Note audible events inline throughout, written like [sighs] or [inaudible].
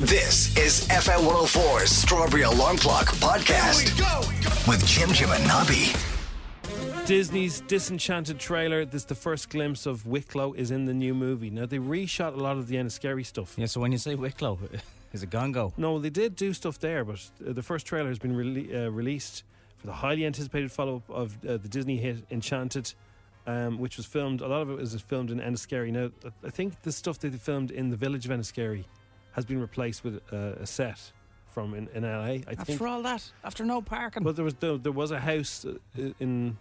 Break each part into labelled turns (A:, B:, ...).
A: This is FM 104's Strawberry Alarm Clock Podcast with Jim Jim and Nobby.
B: Disney's Disenchanted trailer. This the first glimpse of Wicklow is in the new movie. Now they reshot a lot of the end of scary stuff.
C: Yeah, so when you say Wicklow, [laughs] is it Gongo?
B: No, they did do stuff there, but uh, the first trailer has been rele uh, released for the highly anticipated follow up of uh, the Disney hit Enchanted, um, which was filmed. A lot of it was filmed in Enniscary. Now, I- I think the stuff that they filmed in the village of Enniscary has been replaced with uh, a set from in, in LA. I think.
C: After all that, after no parking.
B: Well, there was there, there was a house uh, in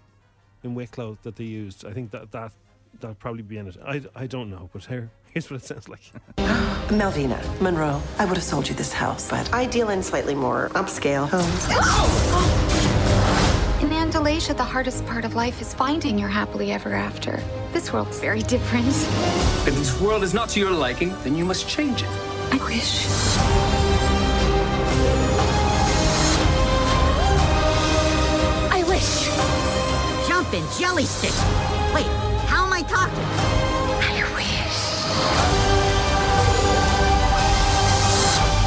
B: in Wicklow that they used. I think that that that'll probably be in it. I, I don't know, but here [laughs] here's what it sounds like.
D: Melvina Monroe. I would have sold you this house, but I deal in slightly more upscale homes.
E: In Andalasia, the hardest part of life is finding your happily ever after. This world's very different.
F: If this world is not to your liking, then you must change it.
E: I wish. I wish.
G: Jumping jelly stick. Wait, how am I talking?
E: I wish.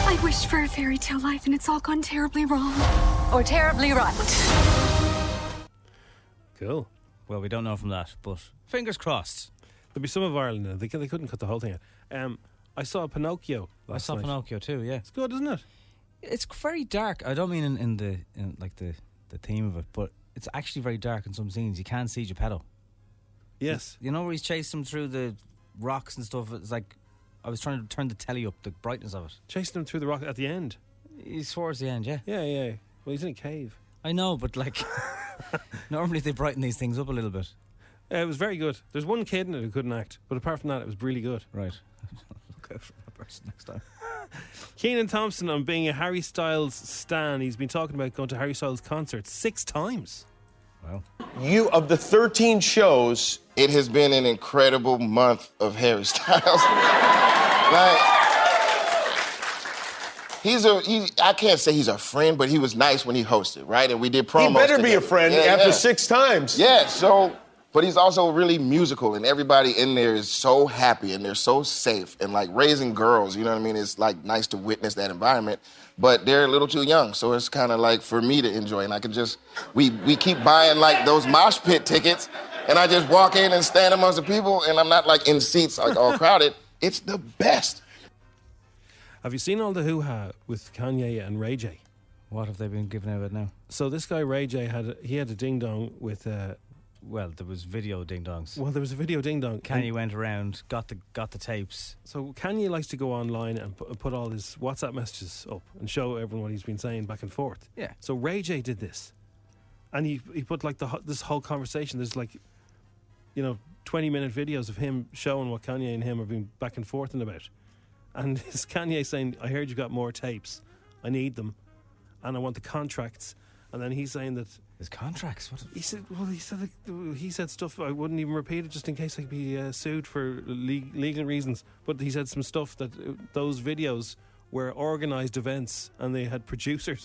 E: I wished for a fairy tale life, and it's all gone terribly wrong.
G: Or terribly right.
B: Cool.
C: Well, we don't know from that, but fingers crossed.
B: There'll be some of Ireland in it. They, c- they couldn't cut the whole thing out. Um, I saw Pinocchio.
C: I
B: Last
C: saw
B: night.
C: Pinocchio too. Yeah,
B: It's good, isn't it?
C: it's very dark. I don't mean in, in the in like the the theme of it, but it's actually very dark in some scenes. You can see Geppetto.
B: Yes.
C: You know where he's chasing him through the rocks and stuff. It's like I was trying to turn the telly up, the brightness of it.
B: Chasing him through the rock at the end.
C: He's towards the end, yeah.
B: Yeah, yeah. Well, he's in a cave.
C: I know, but
B: [laughs]
C: like normally they brighten these things up a little bit,
B: Uh, it was very good. There's one kid in it who couldn't act, but apart from that, it was really good.
C: right? Look out for that person next time.
B: Keenan Thompson on being a Harry Styles stan. He's been talking about going to Harry Styles concerts six times.
C: Well,
H: You of the 13 shows, it has been an incredible month of Harry Styles. [laughs] like he's a he, I can't say he's a friend, but he was nice when he hosted, right? And we did promos.
I: He better be a
H: together.
I: friend
H: Yeah,
I: after
H: yeah.
I: six times.
H: Yeah, so but he's also really musical and everybody in there is so happy and they're so safe and like raising girls, you know what I mean? It's like nice to witness that environment, but they're a little too young. So it's kind of like for me to enjoy and I can just we we keep buying like those mosh pit tickets and I just walk in and stand amongst the people and I'm not like in seats like all crowded. It's the best.
B: Have you seen all the hoo ha with Kanye and Ray J?
C: what have they been giving out about now?
B: So this guy Ray J had he had a ding dong with uh,
C: Well, there was video ding dongs.
B: well there was a video ding dong.
C: Kanye went around, got the got the tapes.
B: So Kanye likes to go online and pu- put all his WhatsApp messages up and show everyone what he's been saying back and forth.
C: Yeah.
B: So Ray J did this, and he he put like the ho- this whole conversation. There's like, you know, twenty minute videos of him showing what Kanye and him have been back and forth and about, and [laughs] it's Kanye saying, "I heard you got more tapes, I need them, and I want the contracts," and then he's saying that
C: His contracts. What?
B: he said, "Well, he said like, he said stuff I wouldn't even repeat it just in case I'd be uh, sued for le- legal reasons." But he said some stuff that uh, those videos were organized events and they had
C: [laughs]
B: producers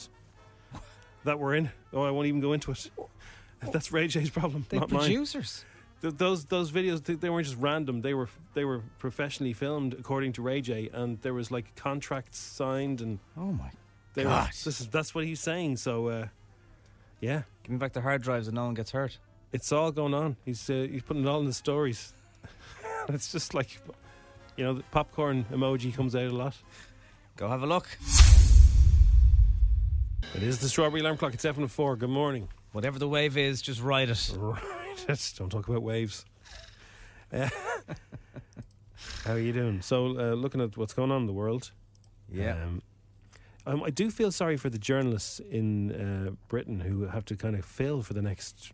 B: that were in. Oh, I won't even go into it. That's Ray J's problem,
C: They
B: not mine.
C: producers.
B: Th- those those videos they, they weren't just random. They were they were professionally filmed according to Ray J, and there was like contracts signed and
C: Oh my!
B: they were.
C: God.
B: This is that's what he's saying. So, uh, yeah.
C: Give me back the hard drives and no one gets hurt.
B: It's all going on. He's uh, he's putting it all in the stories. [laughs] and it's just like, you know, the popcorn emoji comes out a lot.
C: Go have a look.
B: It is the strawberry alarm clock. It's seven and four. Good morning.
C: Whatever the wave is, just ride it.
B: [laughs] Ride it. Don't talk about waves.
C: [laughs]
B: Uh, How are you doing? So, uh, looking at what's going on in the world.
C: Yeah.
B: Um, um, I do feel sorry for the journalists in uh, Britain who have to kind of fail for the next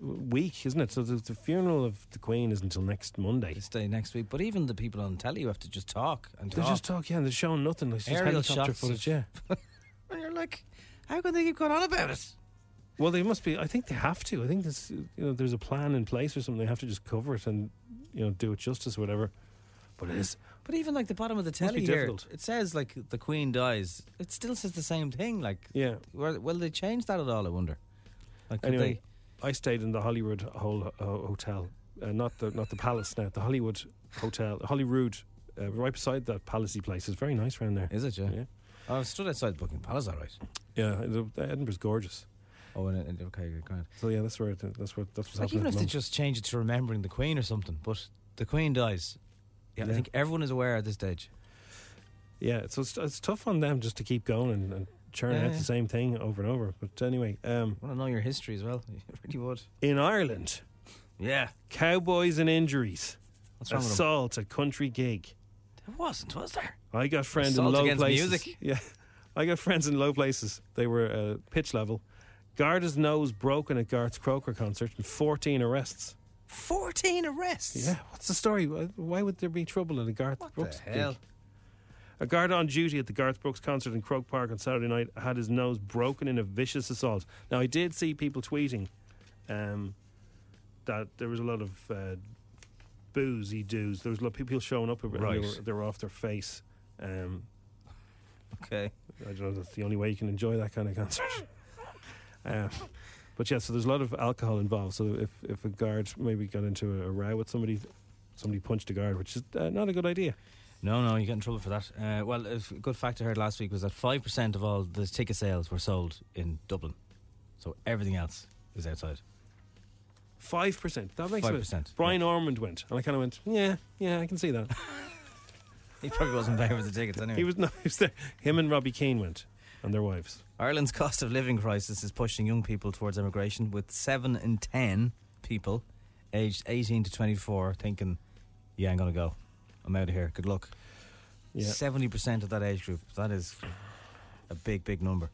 B: week, isn't it? So the, the funeral of the Queen is until next Monday.
C: This day next week. But even the people on telly, you have to just talk and
B: They
C: talk.
B: just talk, yeah, and they're showing nothing. It's just
C: Aerial
B: helicopter
C: shots of-
B: footage, yeah.
C: and you're like, how can they keep going on about it?
B: Well, they must be. I think they have to. I think this, you know, there's a plan in place or something. They have to just cover it and, you know, do it justice or whatever. But it is.
C: But even like the bottom of the
B: be
C: telly here,
B: difficult.
C: it says like the Queen dies. It still says the same thing. Like,
B: Yeah.
C: where- will they change that at all? I wonder. Like, could
B: anyway, I stayed in the Hollywood Hol- uh, Hotel, uh, not the not the Palace now, the Hollywood Hotel, Holyrood, uh, right beside that palacey place. It's very nice round there.
C: Is it? Yeah.
B: Yeah,
C: they? I've stood outside Buckingham Palace, all right.
B: yeah. the- the Edinburgh's gorgeous.
C: Oh, and, and okay, grand.
B: So yeah, that's where it, that's what that's what's
C: Like,
B: happening.
C: even
B: at
C: if
B: the
C: they
B: moment.
C: just change it to remembering the Queen or something, but the Queen dies. Yeah, I
B: Yeah.
C: think everyone is aware at this stage.
B: Yeah, so it's, it's tough on them just to keep going and, and churn
C: Yeah,
B: out
C: yeah.
B: the same thing over and over. But anyway, um,
C: I want to know your history as well. [laughs] You really would.
B: in Ireland,
C: Yeah.
B: cowboys and injuries,
C: What's wrong with them?
B: assault at country gig.
C: There wasn't, was there?
B: I got friends
C: Assault
B: in low
C: against
B: places.
C: music?
B: [laughs] Yeah, I got friends in low places. They were uh, pitch level. Garda's nose broken at Garth's Croker concert and 14 arrests.
C: 14 arrests.
B: Yeah, what's the story? Why why would there be trouble at a Garth
C: What
B: Brooks
C: the hell?
B: gig? A guard on duty at the Garth Brooks concert in Croke Park on Saturday night had his nose broken in a vicious assault. Now, I did see people tweeting um, that there was a lot of uh, boozy doos. There was a lot of people showing up, and they
C: Right.
B: were, they were off their face. Um,
C: Okay.
B: I don't know. That's the only way you can enjoy that kind of concert. [laughs] um, but yeah, so there's a lot of alcohol involved. So if if a guard maybe got into a, a row with somebody, somebody punched a guard, which is uh, not a good idea.
C: No, no, you get in trouble for that. Uh, well, a f- good fact I heard last week was that 5% of all the ticket sales were sold in Dublin. So everything else is outside.
B: Five percent. That makes
C: 5%,
B: sense. Brian Ormond went, and I kind of went, yeah, yeah, I can see that.
C: [laughs] He probably wasn't paying for the tickets anyway.
B: he was [laughs] no, he was there. Him and Robbie Keane went, and their wives.
C: Ireland's cost of living crisis is pushing young people towards immigration, with 7 in 10 people aged 18 to 24 thinking, yeah, I'm going to go. I'm out of here. Good luck.
B: Yeah.
C: 70% of that age group. That is a big, big number.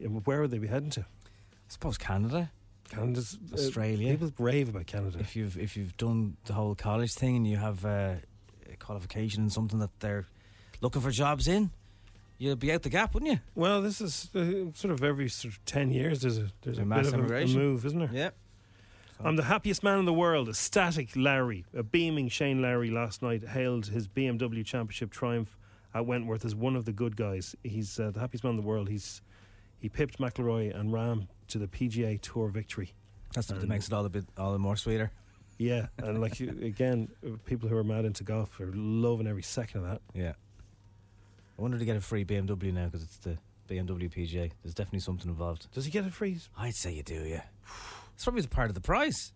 B: Yeah, but where would they be heading to?
C: I suppose Canada.
B: Canada's uh,
C: Australia.
B: People rave about Canada.
C: if you've if you've done the whole college thing and you have uh, a qualification in something that they're looking for jobs in, you'll be out the gap, wouldn't you?
B: Well, this is uh, sort of every sort of ten years. There's a there's
C: A
B: a,
C: mass Oh.
B: bit of a- a,
C: immigration.
B: move, isn't there?
C: Yeah.
B: I'm the happiest man in the world. Ecstatic Larry, a beaming Shane Larry last night, hailed his BMW Championship triumph at Wentworth as one of the good guys. He's uh, the happiest man in the world. He's he pipped McIlroy and Ram to the PGA Tour victory.
C: That's
B: Um,
C: what makes it all a bit all the more sweeter.
B: Yeah, and like you- again, people who are mad into golf are loving every second of that.
C: Yeah. I wanted to get a free BMW now because it's the BMW PGA. There's definitely something involved.
B: Does he get a free?
C: I'd say you do, yeah. [sighs] It's probably the part of the price.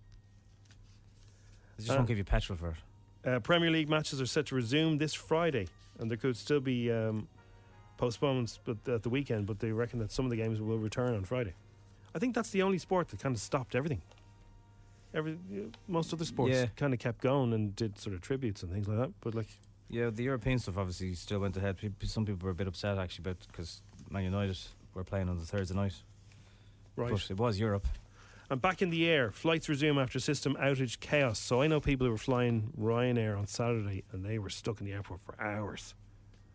C: They just
B: Uh,
C: won't give you petrol for it.
B: Uh, Premier League matches are set to resume this Friday, and there could still be um, postponements but at the weekend. But they reckon that some of the games will return on Friday. I think that's the only sport that kind of stopped everything. Every most other sports
C: Yeah.
B: kind of kept going and did sort of tributes and things like that. But like,
C: Yeah, the European stuff obviously still went ahead. Pe- Some people were a bit upset actually, but because Man United were playing on the Thursday night,
B: right,
C: but it was Europe.
B: And back in the air. Flights resume after system outage chaos. So I know people who were flying Ryanair on Saturday and they were stuck in the airport for hours.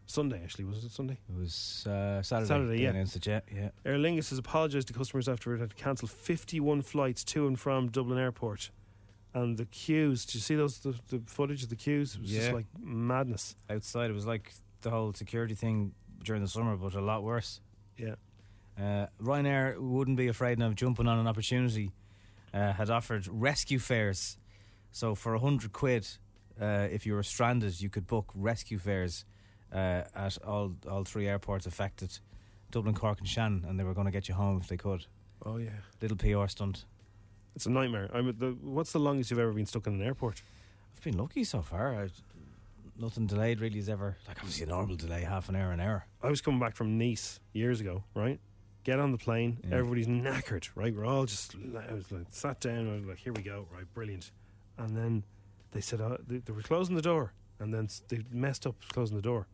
B: Sunday actually was it Sunday?
C: It was uh, Saturday.
B: Saturday,
C: they
B: yeah.
C: Announced it, yeah, yeah.
B: Aer Lingus has apologised to customers after it had cancelled 51 flights to and from Dublin Airport. And the queues, did you see those the, the footage of the queues? It was
C: Yeah.
B: just like madness.
C: Outside, it was like the whole security thing during the summer, but a lot worse.
B: Yeah.
C: Uh, Ryanair wouldn't be afraid now of jumping on an opportunity. Uh, had offered rescue fares, so for a hundred quid, uh, if you were stranded, you could book rescue fares uh, at all all three airports affected, Dublin, Cork, and Shannon, and they were going to get you home if they could.
B: Oh yeah.
C: Little PR stunt.
B: It's a nightmare. I'm at the, what's the longest you've ever been stuck in an airport?
C: I've been lucky so far. I, nothing delayed really is ever like obviously a normal delay, half an hour, an hour.
B: I was coming back from Nice years ago, right? Get on the plane. Everybody's knackered, right? We're all just. I was like, sat down. I was like, here we go, right? Brilliant. And then they said uh, they, they were closing the door, and then s- they messed up closing the door,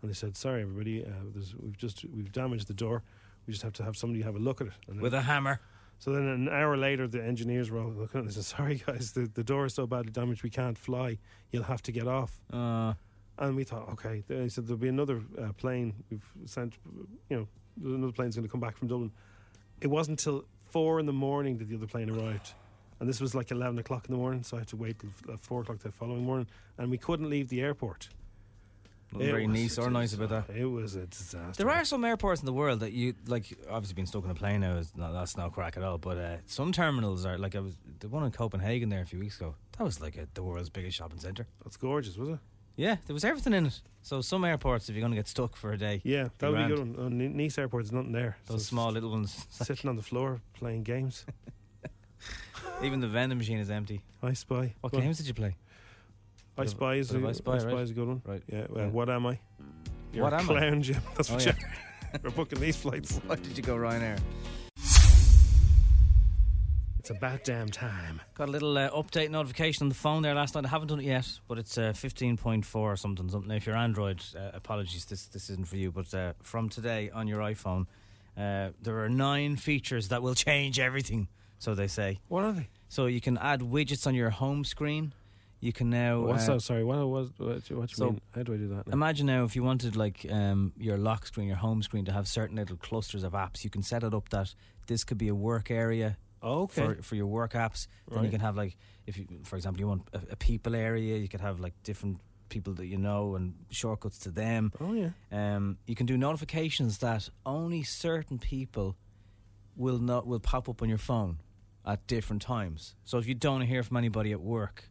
B: and they said, sorry, everybody, uh, there's, we've just we've damaged the door. We just have to have somebody have a look at it and then-
C: With a hammer.
B: So then an hour later, the engineers were all looking at it and [laughs] said, sorry guys, the, the door is so badly damaged we can't fly. You'll have to get off.
C: Uh,
B: and we thought, okay. They said there'll be another uh, plane. We've sent, you know, another plane's going to come back from Dublin. It wasn't until four in the morning that the other plane arrived. And this was like 11 o'clock in the morning, so I had to wait till f- uh, four o'clock the following morning. And we couldn't leave the airport.
C: Nothing very nice or nice about that.
B: It was a disaster.
C: There are some airports in the world that you like. Obviously, being stuck in a plane now is not, that's no crack at all. But uh, some terminals are like I was the one in Copenhagen there a few weeks ago. That was like a, the world's biggest shopping center.
B: That's gorgeous, was it?
C: Yeah, there was everything in it. So some airports, if you're going to get stuck for a day,
B: Yeah, that would be
C: grand.
B: good. One. Uh, Ni- nice airport, there's nothing there.
C: Those
B: it's
C: small little ones
B: sitting on the floor playing games.
C: Even the vending machine is empty.
B: I Spy.
C: What
B: Well,
C: games did you play?
B: I
C: Bit of-
B: Spy is
C: bit
B: a,
C: of
B: I
C: I
B: spy,
C: Spy, right?
B: is a good one.
C: Right.
B: Yeah. Well,
C: Yeah.
B: What am I? You're
C: What
B: a
C: am I?
B: clown, Jim. [laughs] That's what
C: Oh,
B: you're. We're booking
C: [laughs]
B: these flights.
C: Why did you go Ryanair?
B: It's about damn time.
C: Got a little uh, update notification on the phone there last night. I haven't done it yet, but it's uh, 15.4 or something. something. If you're Android, uh, apologies, this this isn't for you. But uh, from today on your iPhone, uh, there are nine features that will change everything, so they say.
B: What are they?
C: So you can add widgets on your home screen. You can now.
B: What's
C: uh,
B: that? Oh, Sorry. What was? What, do you- what do you
C: so-
B: mean? How do I do that? now?
C: Imagine now if you wanted like um, your lock screen, your home screen to have certain little clusters of apps, you can set it up that this could be a work area.
B: Okay.
C: For, for your work apps, then
B: Right.
C: you can have like if you, for example, you want a, a people area, you could have like different people that you know and shortcuts to them.
B: Oh yeah.
C: Um, you can do notifications that only certain people will not will pop up on your phone at different times. So if you don't hear from anybody at work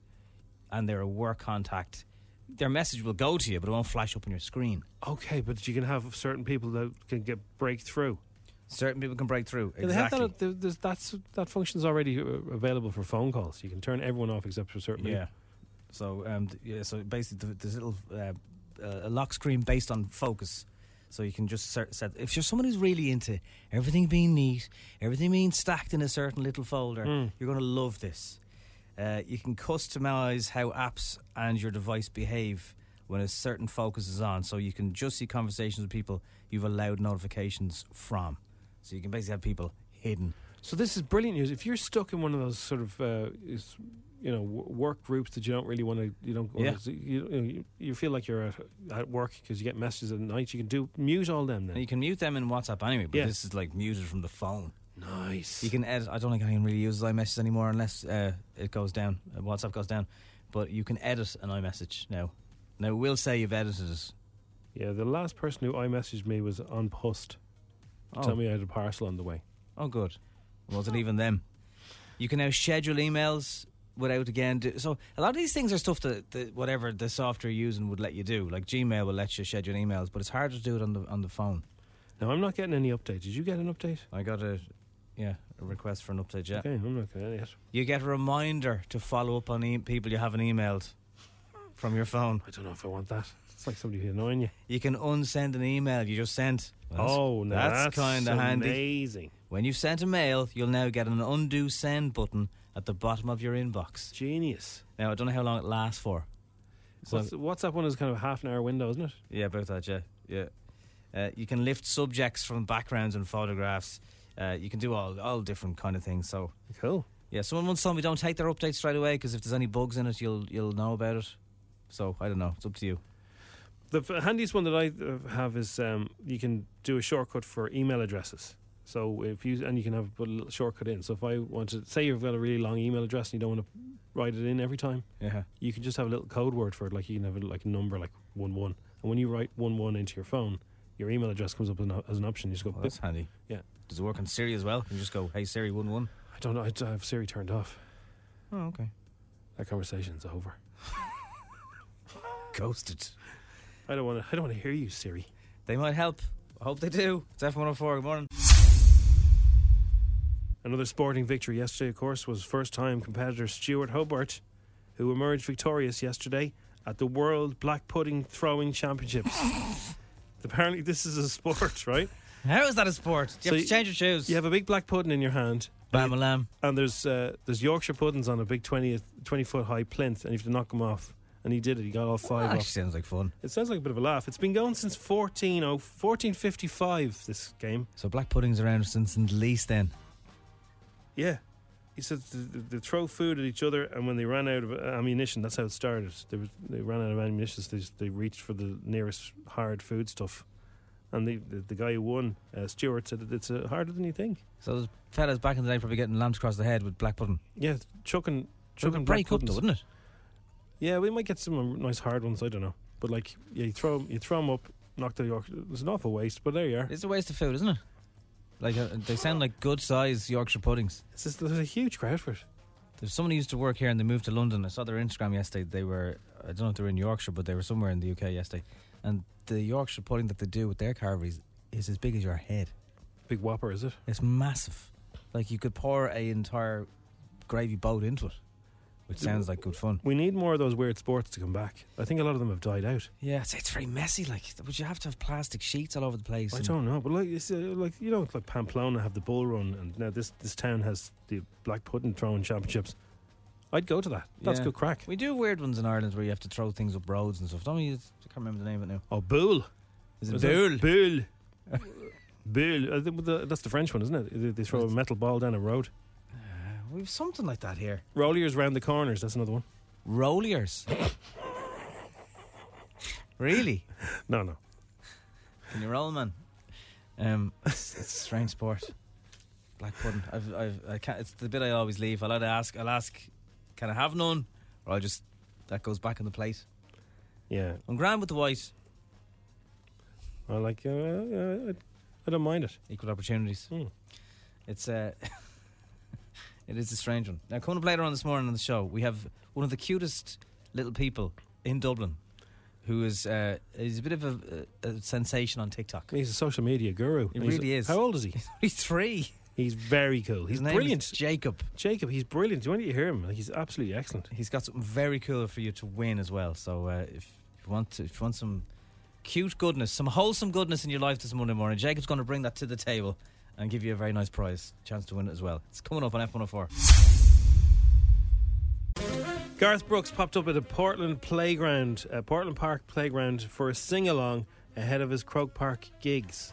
C: and they're a work contact, their message will go to you, but it won't flash up on your screen.
B: Okay, but you can have certain people that can get break through.
C: Certain people can break through.
B: Yeah, they have
C: Exactly.
B: that, there- there's- that's, that function's already uh, available for phone calls. You can turn everyone off except for certain
C: Yeah. So um, th- yeah. So basically, th- there's little uh, uh, a lock screen based on focus. So you can just set, set if you're someone who's really into everything being neat, everything being stacked in a certain little folder,
B: Mm.
C: you're going to love this. Uh, you can customize how apps and your device behave when a certain focus is on. So you can just see conversations with people you've allowed notifications from. So you can basically have people hidden.
B: So this is brilliant news. If you're stuck in one of those sort of, uh, is, you know, w- work groups that you don't really want to, you don't, or
C: Yeah.
B: is- you, you, know, you- you feel like you're at, at work because you get messages at night. You can do mute all them
C: And
B: then.
C: you can mute them in WhatsApp anyway, but
B: Yeah.
C: this is like muted from the phone.
B: Nice.
C: You can edit. I don't think anyone really uses iMessage anymore unless uh, it goes down, uh, WhatsApp goes down. But you can edit an iMessage now. Now, we will say you've edited it.
B: yeah, the last person who I messaged me was on post to
C: Oh.
B: tell me I had a parcel on the way.
C: Oh, good. It wasn't even them. You can now schedule emails without again. Do, so a lot of these things are stuff that, that whatever the software you're using would let you do. Like Gmail will let you schedule emails, but it's hard to do it on the on the phone.
B: Now I'm not getting any update. Did you get an update?
C: I got a yeah a request for an update. Yeah,
B: Okay, I'm not getting it.
C: you get a reminder to follow up on e- people you haven't emailed from your phone.
B: I don't know if I want that. It's like somebody who's annoying you.
C: You can unsend an email you just sent.
B: oh, no, that's,
C: kind of handy.
B: amazing.
C: When you've sent a mail, you'll now get an undo send button at the bottom of your inbox.
B: Genius.
C: Now, I don't know how long it lasts for. So-
B: What's, WhatsApp one is kind of a half an hour window, isn't it?
C: yeah, about that, yeah. yeah. Uh, you can lift subjects from backgrounds and photographs. Uh, you can do all, all different kind of things. So,
B: Cool.
C: yeah, someone once told me don't take their updates straight away because if there's any bugs in it, you'll, you'll know about it. So, I don't know. It's up to you.
B: The f- handiest one that I uh, have is um, you can do a shortcut for email addresses. So if you and you can have put a little shortcut in. So if I want to say you've got a really long email address and you don't want to write it in every time,
C: Yeah.
B: you can just have a little code word for it. Like you can have a, like a number like one one, and when you write one one into your phone, your email address comes up as an, as an option. You just go.
C: Well, that's
B: "Bip."
C: handy.
B: Yeah.
C: Does it work on Siri as well? You just go, hey, Siri, 1 1.
B: I don't know. I d- I have Siri turned off.
C: Oh, okay.
B: That conversation's over.
C: Ghosted.
B: I don't want to. I don't want to hear you, Siri.
C: They might help. I hope they do. It's F104. Good morning.
B: Another sporting victory yesterday, of course, was first time competitor Stuart Hobart who emerged victorious yesterday at the World Black Pudding Throwing Championships.
C: [laughs]
B: Apparently, this is a sport, right?
C: How is that a sport? Do you have to change your shoes?
B: You have a big black pudding in your hand.
C: Bam a lamb.
B: And there's uh, there's Yorkshire puddings on a big 20, 20 foot high plinth, and you have to knock them off. And he did it. He got all five
C: Actually
B: off.
C: Ah, sounds like fun.
B: It sounds like a bit of a laugh. It's been going since 14, 1455, this game.
C: So black pudding's around since at least then.
B: Yeah. He said th- th- they throw food at each other, and when they ran out of ammunition, that's how it started. They, was, they ran out of ammunition, so they, just- they reached for the nearest hard food stuff. And the, the, the guy who won, uh, Stewart, said that it's uh, harder than you think.
C: So those fellas back in the day probably getting lambs across the head with black pudding.
B: Yeah, chucking, chucking
C: Chucking break
B: black
C: up though,
B: puddings.
C: wouldn't it?
B: Yeah, we might get some um, nice hard ones. I don't know, but like, yeah, you throw 'em- you throw 'em up, knock the York. It's an awful waste, but there you are.
C: It's a waste of food, isn't it? Like uh, they sound like good sized Yorkshire puddings.
B: It's just, there's a huge crowd for it.
C: There's someone who used to work here and they moved to London. I saw their Instagram yesterday. They were I don't know if they were in Yorkshire, but they were somewhere in the UK yesterday. And the Yorkshire pudding that they do with their carveries is as big as your head.
B: Big whopper, is it?
C: It's massive. Like you could pour a entire gravy boat into it, which sounds like good fun.
B: We need more of those weird sports to come back. I think a lot of them have died out.
C: Yeah, it's, it's very messy. Like, would you have to have plastic sheets all over the place?
B: I
C: and-
B: don't know, but like, you see, like you know, like Pamplona have the bull run, and now this this town has the black pudding throwing championships. I'd go to that. That's
C: Yeah.
B: good crack.
C: We do weird ones in Ireland where you have to throw things up roads and stuff. Don't we? I can't remember the name of it now.
B: Oh, bull.
C: Is it
B: Was
C: bull?
B: that- Bull.
C: [laughs]
B: bull. Uh, th- the- That's the French one, isn't it? They- They throw a metal ball down a road.
C: We've something like that here.
B: Rolliers round the corners. That's another one.
C: Rolliers. really?
B: [laughs] No, no.
C: Can you roll, man? Um, it's, it's a strange sport. Black pudding. I've, I've, I can't, it's the bit I always leave. I'll either ask, I'll ask, can I have none? Or I'll just, that goes back on the plate.
B: Yeah,
C: I'm grand with the white.
B: I like. Uh, uh, I- I don't mind it.
C: Equal opportunities.
B: Hmm.
C: It's uh, [laughs] it is a strange one. Now, coming up later on this morning on the show, we have one of the cutest little people in Dublin, who is uh, is a bit of a, a sensation on TikTok.
B: He's a social media guru.
C: He
B: He's-
C: really is.
B: How old is he?
C: He's three.
B: He's very cool. He's
C: His name is
B: brilliant.
C: Jacob.
B: Jacob, he's brilliant. Do you want to hear him? Like, he's absolutely excellent.
C: He's got something very cool for you to win as well. So uh, if you want to, if you want some cute goodness, some wholesome goodness in your life this Monday morning, Jacob's going to bring that to the table and give you a very nice prize, chance to win it as well. It's coming up on F104.
B: Garth Brooks popped up at a Portland playground, uh, Portland Park playground, for a sing along ahead of his Croke Park gigs.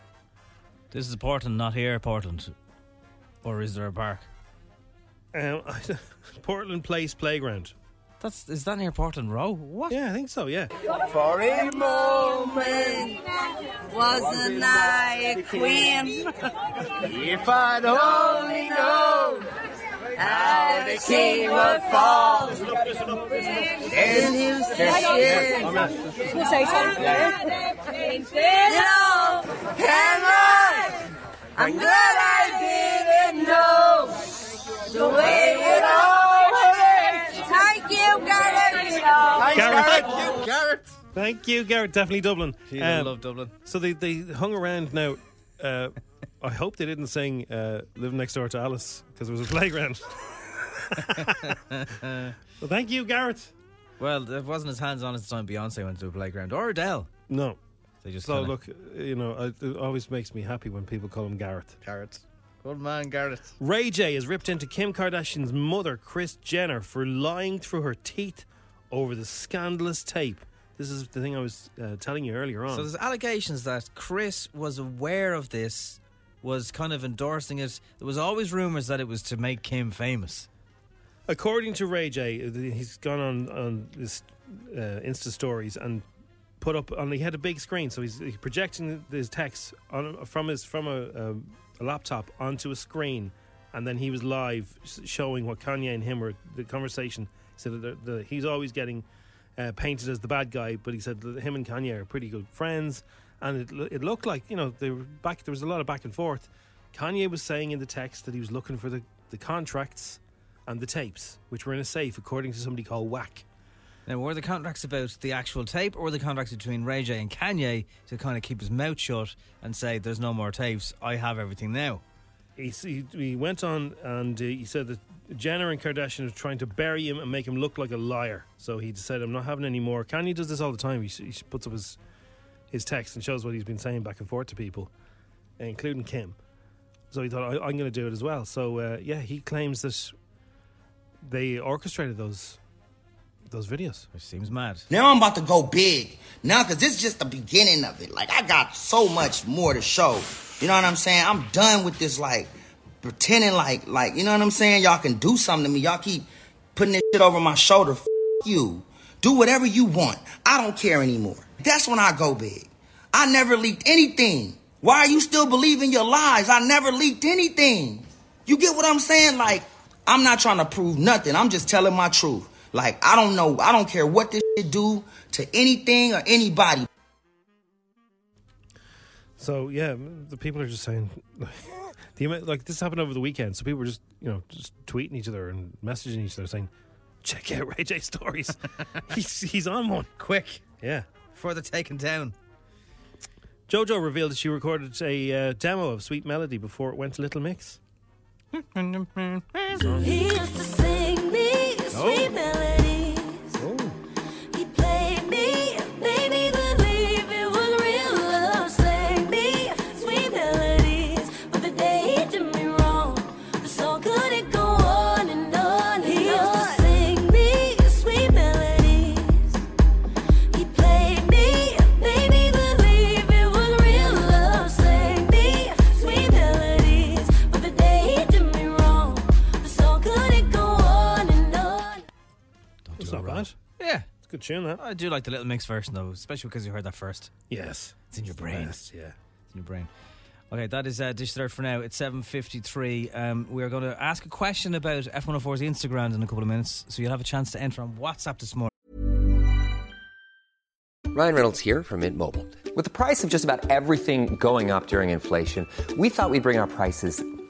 C: This is Portland, not here, Portland. Or is there a park?
B: Um, [laughs] Portland Place Playground.
C: That's is that near [laughs] Portland Row? What?
B: Yeah, I think so. Yeah,
G: For a moment, wasn't I a queen? If I'd only known how the king would fall. In his decision. Hello, hello. I'm glad I didn't know the way it all went. Thank you, Garrett.
B: Gareth.
G: you, Garrett.
B: Thank you, Gareth. Definitely Dublin.
C: I
B: Um,
C: love Dublin.
B: So they, they hung around. Now, uh, I hope they didn't sing uh, "Live Next Door to Alice" because it was a playground. [laughs] well, thank you, Garrett.
C: Well, it wasn't as hands on as the time Beyonce went to a playground or Adele.
B: No,
C: They just
B: so
C: kinda-
B: look, you know, I- it always makes me happy when people call him Garrett.
C: Garrett. Good man, Garrett.
B: Ray J is ripped into Kim Kardashian's mother, Kris Jenner, for lying through her teeth over the scandalous tape. This is the thing I was uh, telling you earlier on.
C: So there's allegations that Chris was aware of this, was kind of endorsing it. There was always rumours that it was to make Kim famous.
B: According to Ray J, th- he's gone on on this uh, Insta stories and put up on. He had a big screen, so he's, he's projecting his text on from his from a, um, a laptop onto a screen, and then he was live s- showing what Kanye and him were the conversation. He said that the, the, he's always getting uh, painted as the bad guy, but he said that him and Kanye are pretty good friends, and it lo- it looked like you know they were back. There was a lot of back and forth. Kanye was saying in the text that he was looking for the, the contracts and the tapes, which were in a safe, according to somebody called Whack.
C: Now, were the contracts about the actual tape or were the contracts between Ray J and Kanye to kind of keep his mouth shut and say, there's no more tapes, I have everything now?
B: he, s- he, he went on and uh, he said that Jenner and Kardashian are trying to bury him and make him look like a liar. So he said, "I'm not having any more." Kanye does this all the time. He, s- he s- puts up his his text and shows what he's been saying back and forth to people, including Kim. So he thought, I, "I'm going to do it as well." So uh, yeah, he claims that they orchestrated those [laughs] those videos.
C: Which seems mad.
I: Now I'm about to go big. Now, cause this is just the beginning of it. Like I got so much more to show. You know what I'm saying? I'm done with this like pretending like like you know what I'm saying. Y'all can do something to me. Y'all keep putting this shit over my shoulder. F- you do whatever you want. I don't care anymore. That's when I go big. I never leaked anything. Why are you still believing your lies? I never leaked anything. You get what I'm saying? Like, I'm not trying to prove nothing. I'm just telling my truth. Like, I don't know. I don't care what this shit do to anything or anybody.
B: So yeah, the people are just saying the amount- like this happened over the weekend. So people were just you know just tweeting each other and messaging each other saying, "Check out Ray J stories. [laughs] he's he's on one
C: quick."
B: Yeah,
C: before they're taken down.
B: JoJo revealed that she recorded a uh, demo of "Sweet Melody" before it went to Little Mix.
J: He used to sing me sweet melodies. He played me, made me believe it was real love. Sang me sweet melodies, but the day he did me wrong, the song couldn't go on and on. And he used to sing me sweet melodies. He played me, made me believe it was real love. Sang me sweet melodies, but the day he did me wrong. The song couldn't go on and on.
B: It's not bad.
C: Yeah,
B: it's a good tune. That
C: I do like the Little Mix version though, especially because you heard that first.
B: Yes,
C: it's in your
B: It's the
C: brain.
B: best, yeah,
C: it's in your brain. Okay, that is uh, Dish Alert for now. It's 7.53. Um, we are going to ask a question about F104's Instagram in a couple of minutes, so you'll have a chance to enter on WhatsApp this morning.
K: Ryan Reynolds here from Mint Mobile. With the price of just about everything going up during inflation, we thought we'd bring our prices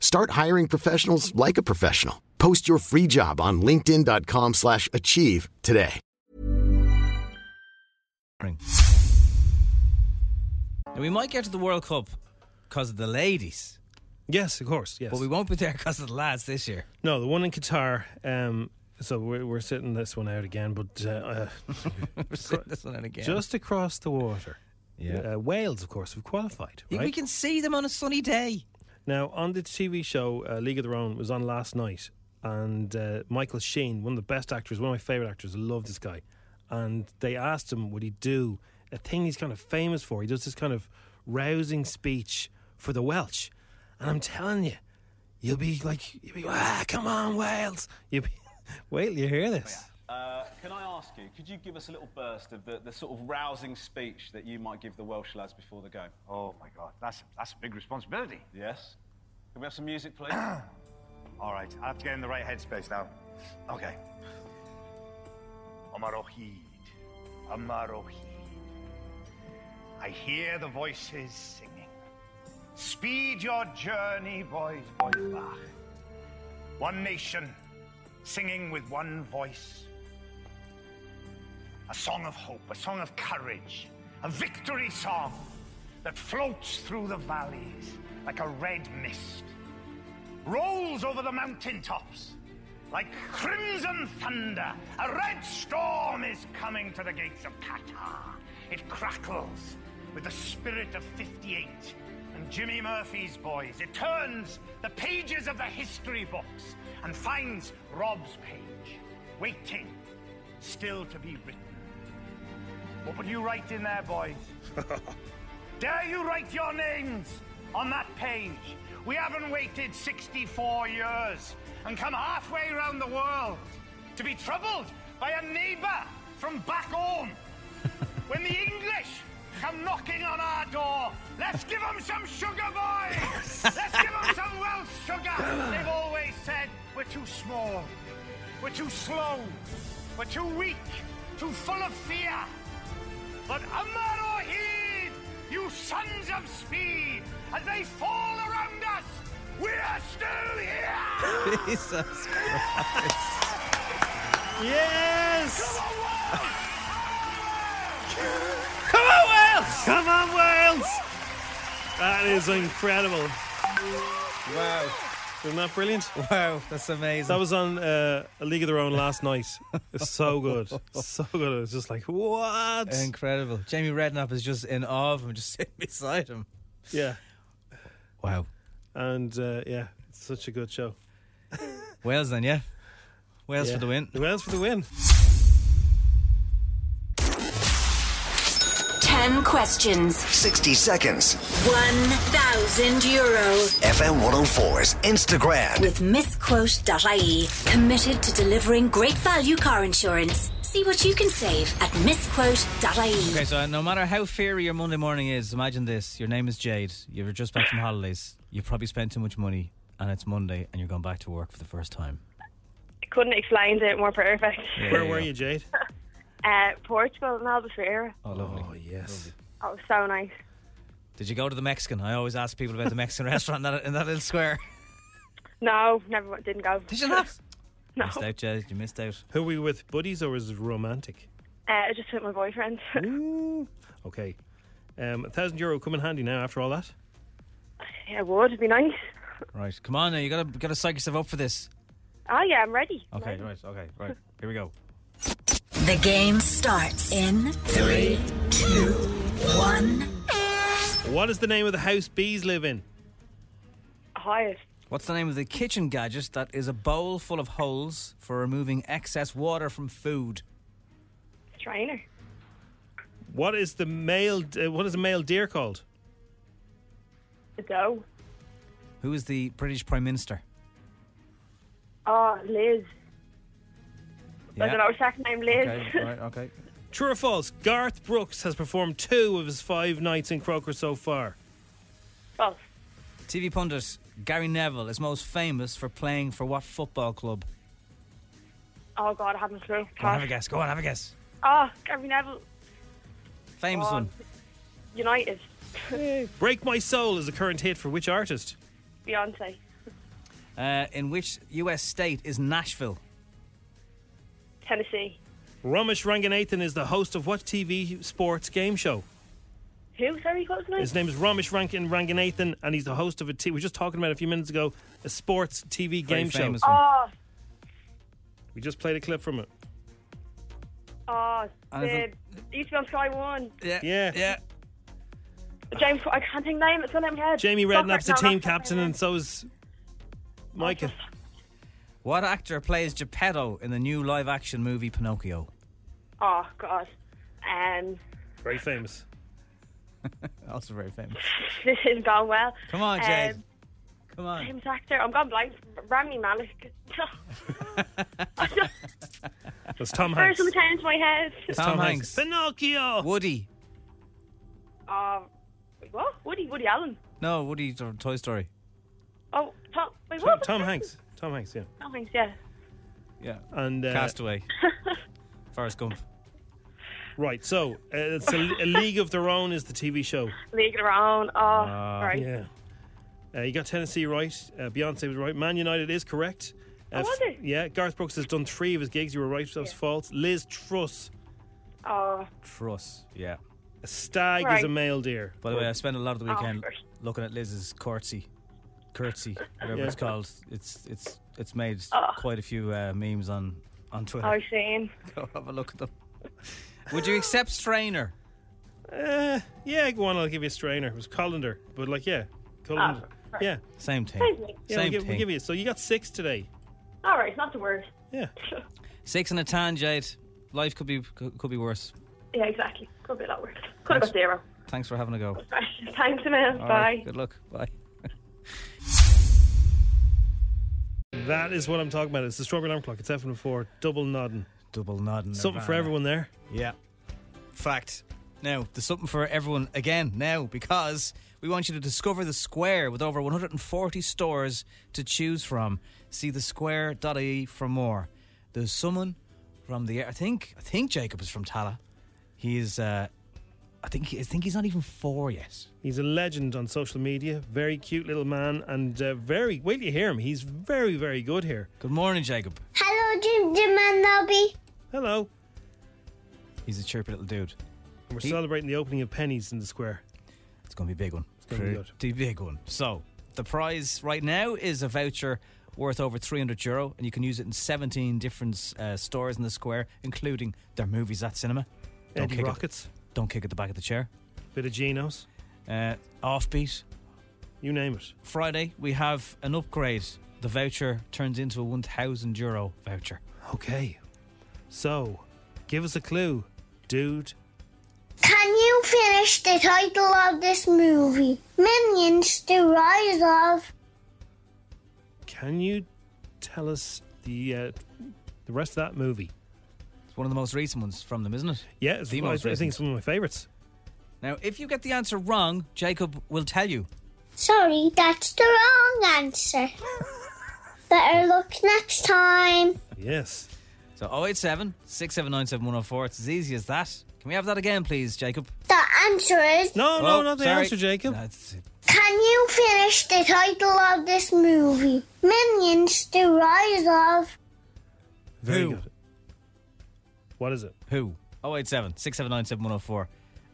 L: Start hiring professionals like a professional. Post your free job on linkedin.com/achieve slash achieve today.
C: Now, we might get to the World Cup because of the ladies.
B: Yes, of course, yes.
C: But we won't be there because of the lads this year.
B: No, the one in Qatar. Um, so we're, we're sitting this one out again, but uh,
C: [laughs]
B: uh,
C: sitting this one out again.
B: Just across the water. Yeah, uh, Wales, of course, have qualified.
C: Yeah,
B: Right?
C: We can see them on a sunny day.
B: Now, on the TV show uh, League of Their Own was on last night, and uh, Michael Sheen, one of the best actors, one of my favorite actors, I love this guy. And they asked him, would he do a thing he's kind of famous for? He does this kind of rousing speech for the Welsh, and I'm telling you, you'll be like, you'll be, ah, come on, Wales! You'll be, [laughs] wait, till you hear this.
M: Uh, can I ask you, could you give us a little burst of the, the sort of rousing speech that you might give the Welsh lads before the game? Oh my God, that's, that's a big responsibility. Yes. Can we have some music, please?
N: [clears throat] All right, I have to get in the right headspace now. Okay. Amarohid. Amarohid. I hear the voices singing. Speed your journey, boys, boys, Bach. One nation, singing with one voice. A song of hope, a song of courage, a victory song. that floats through the valleys like a red mist, rolls over the mountain tops like crimson thunder. A red storm is coming to the gates of Qatar. It crackles with the spirit of 58 and Jimmy Murphy's boys. It turns the pages of the history books and finds Rob's page, waiting, still to be written. What would you write in there, boys? Dare you write your names on that page? We haven't waited 64 years and come halfway around the world to be troubled by a neighbour from back home. when the English come knocking on our door, let's give them some sugar, boys! let's give them some Welsh sugar! They've always said we're too small, we're too slow, we're too weak, too full of fear. But Amaro heed, you sons of speed, as they fall around us, we're still here!
C: [laughs] Jesus Christ.
B: Yes!
J: Come on,
B: Wales! Come on, Wales! That is incredible. Wow. Isn't that brilliant?
C: Wow, that's amazing.
B: That was on uh, A League of Their Own last night. It's so
C: [laughs]
B: good. so good. It was just like, what?
C: Incredible. Jamie Redknapp is just in awe of him, just [laughs] sitting beside him.
B: Yeah.
C: Wow.
B: And uh, yeah, it's such a good show.
C: Wales then, yeah? Wales
B: Yeah.
C: for the win.
B: Wales for the win.
O: 10 questions,
A: 60 seconds.
O: 1,000 euro.
A: FM 104's Instagram.
O: With misquote.ie, committed to delivering great value car insurance. See what you can save at misquote.ie.
C: Okay, so uh, no matter how fiery your Monday morning is, imagine this. Your name is Jade. You're just back from holidays. You've probably spent too much money, and it's Monday, and you're going back to work for the first time.
P: Couldn't explain it more perfect.
B: Where were you, Jade?
P: Uh, Portugal and Albufeira.
C: Oh, lovely. Oh, yes.
P: That was so nice.
C: Did you go to the Mexican? I always ask people about the Mexican [laughs] restaurant in that, in that little square.
B: [laughs]
P: No, never went- didn't go. Did you not? No. Uh,
C: Missed out, Jade. You missed out.
B: Who were you with, buddies or is it romantic?
P: Uh, I just with my boyfriend.
B: Okay. Um, a thousand euro come in handy now after all that.
P: [laughs] yeah, it would be nice.
C: Right, come on now. You gotta gotta psych yourself up for this.
P: Oh yeah, I'm ready.
C: Okay, right, okay, right. Here we go.
O: The game starts in three, two, one.
B: What is the name of the house bees live in?
P: Highest.
C: What's the name of the kitchen gadget that is a bowl full of holes for removing excess water from food?
P: Trainer.
B: What is the male? Uh, what is a male deer called?
P: The dough.
C: Who is the British Prime Minister?
P: Oh, Liz. I don't know her second name, Liz.
C: Okay, right, okay.
B: True or false? Garth Brooks has performed two of his five nights in Croker so far.
P: False.
C: TV pundit Gary Neville is most famous for playing for what football club?
P: [laughs] Oh God, I haven't a clue.
C: Go on, have a guess. Go on, have a guess.
P: Oh, Gary Neville.
C: Famous
P: Oh,
C: one.
P: United.
B: Break My Soul is a current hit for which artist?
P: [laughs] Beyonce.
C: Uh, in which U.S. state is Nashville?
P: Tennessee.
B: Ramesh Ranganathan is the host of what TV sports game show?
P: Who? Sorry, what was the name?
B: His name is Ramesh Rankin Ranganathan, and he's the host of a. T- we were just talking about it a few minutes ago a sports
C: Very
B: TV game show.
C: famous
P: Oh,
B: We just played a clip from it.
P: oh,
B: And
P: the
B: if
P: used to be on Sky One.
B: yeah, yeah.
P: James, I can't think of the name. It's on my head.
B: Jamie
P: Stop
B: Redknapp's the
P: it, no,
B: team
P: that's not
B: captain, and so is Micah.
C: What actor plays Geppetto in the new live-action movie Pinocchio? [laughs]
P: Oh God. Um, [laughs]
B: Very famous.
C: also very famous.
P: this isn't going well. Um,
C: Come on, Jade. Come on.
P: James actor. I'm gone blank. Rami Malek.
B: It's [laughs] Tom
P: First
B: Hanks.
P: one came to my head.
B: It's Tom, Hanks. Pinocchio.
C: Woody.
P: [laughs] Oh, wait, what? Woody Woody Allen.
C: No, Woody from Toy Story.
P: Oh, Tom. Wait,
B: Tom,
P: what?
B: Tom Hanks. Tom Hanks. Yeah.
P: Tom Hanks. Yeah.
C: Yeah.
B: And uh, [laughs]
C: Castaway. Forrest Gump.
B: Right. So uh, it's a, a League of Their Own is the TV show.
P: League of Their Own. Oh, right.
B: Ah, Yeah. Uh, you got Tennessee right. Uh, Beyonce was right. Man United is correct.
P: Oh,
B: f-
P: was it?
B: Yeah. Garth Brooks has done three of his gigs. You were right. That was false. Liz Truss.
P: Oh,
C: Truss. Yeah.
B: A stag is a
C: Right.
B: male deer.
C: By the way, I spent a lot of the
B: Oh,
C: weekend looking at Liz's curtsy, curtsy, whatever
B: Yeah.
C: it's called. It's it's it's made
P: Oh.
C: quite a few uh, memes on on Twitter.
P: I seen.
C: [laughs] Go have a look at them. Would you accept strainer?
B: Uh, yeah, go on. I'll give you a strainer. It was colander, but like, yeah, colander.
P: Oh, right.
B: Yeah,
C: Same thing.
P: Same thing.
B: yeah.
C: Same
B: we'll, give,
C: thing.
B: we'll give you. So you got six today.
P: All right, not the worst.
B: Yeah.
C: Six and a tan, Jade. Life could be could could be worse.
P: yeah, exactly. Could be a lot worse. Could have got zero.
C: Thanks for having a go.
P: [laughs] Thanks, a man.
C: All
P: Bye.
C: right, good luck. Bye.
B: That is what I'm talking about. It's the strawberry alarm clock. It's seven four. Double nodding.
C: Double nodding.
B: Something for
C: Nirvana.
B: everyone there.
C: Yeah. Fact. Now, there's something for everyone again now because we want you to discover the square with over 140 stores to choose from. See thesquare.ie E for more. There's someone from the I think I think Jacob is from Tala. He is uh I think he- I think he's not even four yet.
B: He's a legend on social media. Very cute little man, and uh, very. Wait till you hear him. He's very, very good here.
C: Good morning, Jacob.
Q: Hello, Jim Jim and Nobby.
B: Hello.
C: He's a chirpy little dude.
B: And we're
C: He-
B: celebrating the opening of pennies in the square.
C: It's going to be a big one. It's
B: gonna be good.
C: Pretty big one. So the prize right now is a voucher worth over 300 euro, and you can use it in 17 different uh, stores in the square, including their movies at cinema.
B: Eddie
C: kick at-
B: Rockets.
C: don't kick at the back of the chair.
B: Bit of Geno's.
C: Uh, offbeat.
B: You name it.
C: Friday we have an upgrade. The voucher turns into a 1,000 euro voucher.
B: Okay. So, give us a clue, dude.
Q: Can you finish the title of this movie? Minions: The Rise of.
B: Can you tell us the uh, the rest of that movie?
C: It's one of the most recent ones from them, isn't it?
B: Yeah, it's
C: The
B: one- I
C: most
B: think it's
C: recent.
B: one of my favourites.
C: Now, if you get the answer wrong, Jacob will tell you.
Q: Sorry, that's the wrong answer. Better luck next time.
B: Yes.
C: So 087 679 7104. It's as easy as that. Can we have that again, please, Jacob?
Q: The answer is.
C: Oh, sorry. No, it's-
Q: Can you finish the title of this movie? Minions: The Rise of.
B: Very good. What is it?
C: Who? Oh, 087 679 7104.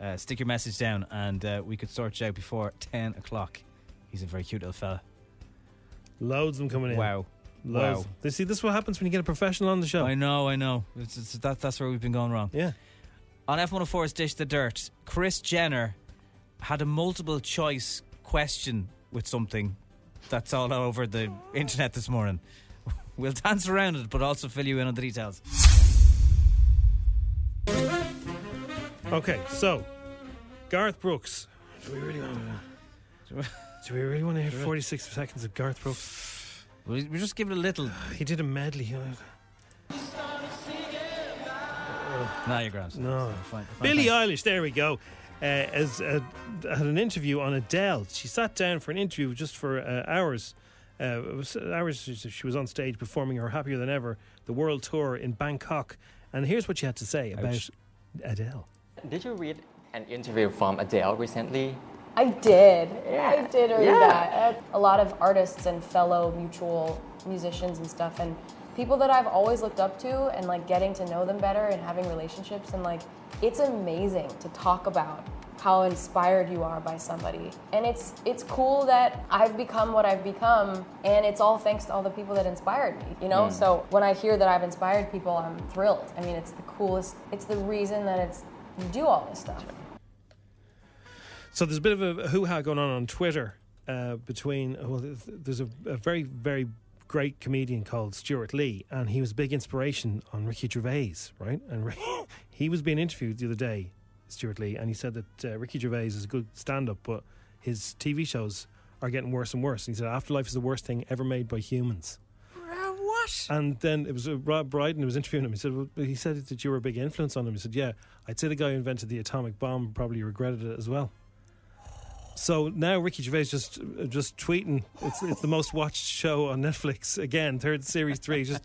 C: Uh, stick your message down and uh, we could sort you out before 10 o'clock. He's a very cute little fella.
B: Loads of them coming in.
C: Wow.
B: Loads.
C: Wow.
B: They see this is what happens when you get a professional on the show.
C: I know, I know. It's, it's, that, that's where we've been going wrong.
B: Yeah.
C: On F104's Dish the Dirt, Chris Jenner had a multiple choice question with something that's all over the internet this morning. [laughs] We'll dance around it, but also fill you in on the details.
B: Okay, so Garth Brooks. Do we really want to? Do we really want to hear 46 seconds of Garth Brooks?
C: We just give it a little.
B: [sighs] He did a medley. uh,
C: No, you're grand.
B: No.
C: Fine, fine,
B: Billie
C: thanks.
B: Eilish, there we go. Uh, has uh, had an interview on Adele. She sat down for an interview just for uh, hours. Uh, it was hours she- she was on stage performing her "Happier Than Ever" the world tour in Bangkok. And here's what she had to say about Adele.
R: Did you read an interview from Adele recently?
S: I did. I did read
R: Yeah.
S: that. A lot of artists and fellow mutual musicians and stuff, and people that I've always looked up to, and like getting to know them better and having relationships, and like it's amazing to talk about how inspired you are by somebody. And it's it's cool that I've become what I've become, and it's all thanks to all the people that inspired me. You know,
R: Mm.
S: so when I hear that I've inspired people, I'm thrilled. I mean, it's the coolest. It's the reason that it's you do all this stuff.
B: So there's a bit of a hoo ha going on on Twitter uh, between. Well, th- there's a, a very very great comedian called Stuart Lee, and he was a big inspiration on Ricky Gervais, right? And Rick- [laughs] he was being interviewed the other day, Stuart Lee, and he said that uh, Ricky Gervais is a good stand up, but his TV shows are getting worse and worse. And he said Afterlife is the worst thing ever made by humans.
C: what?
B: And then it was uh, Rob Brydon who was interviewing him. He said, well, he said that you were a big influence on him. He said, yeah, I'd say the guy who invented the atomic bomb probably regretted it as well. So now Ricky Gervais just uh, just tweeting. It's it's the most watched show on Netflix again, third series three. Just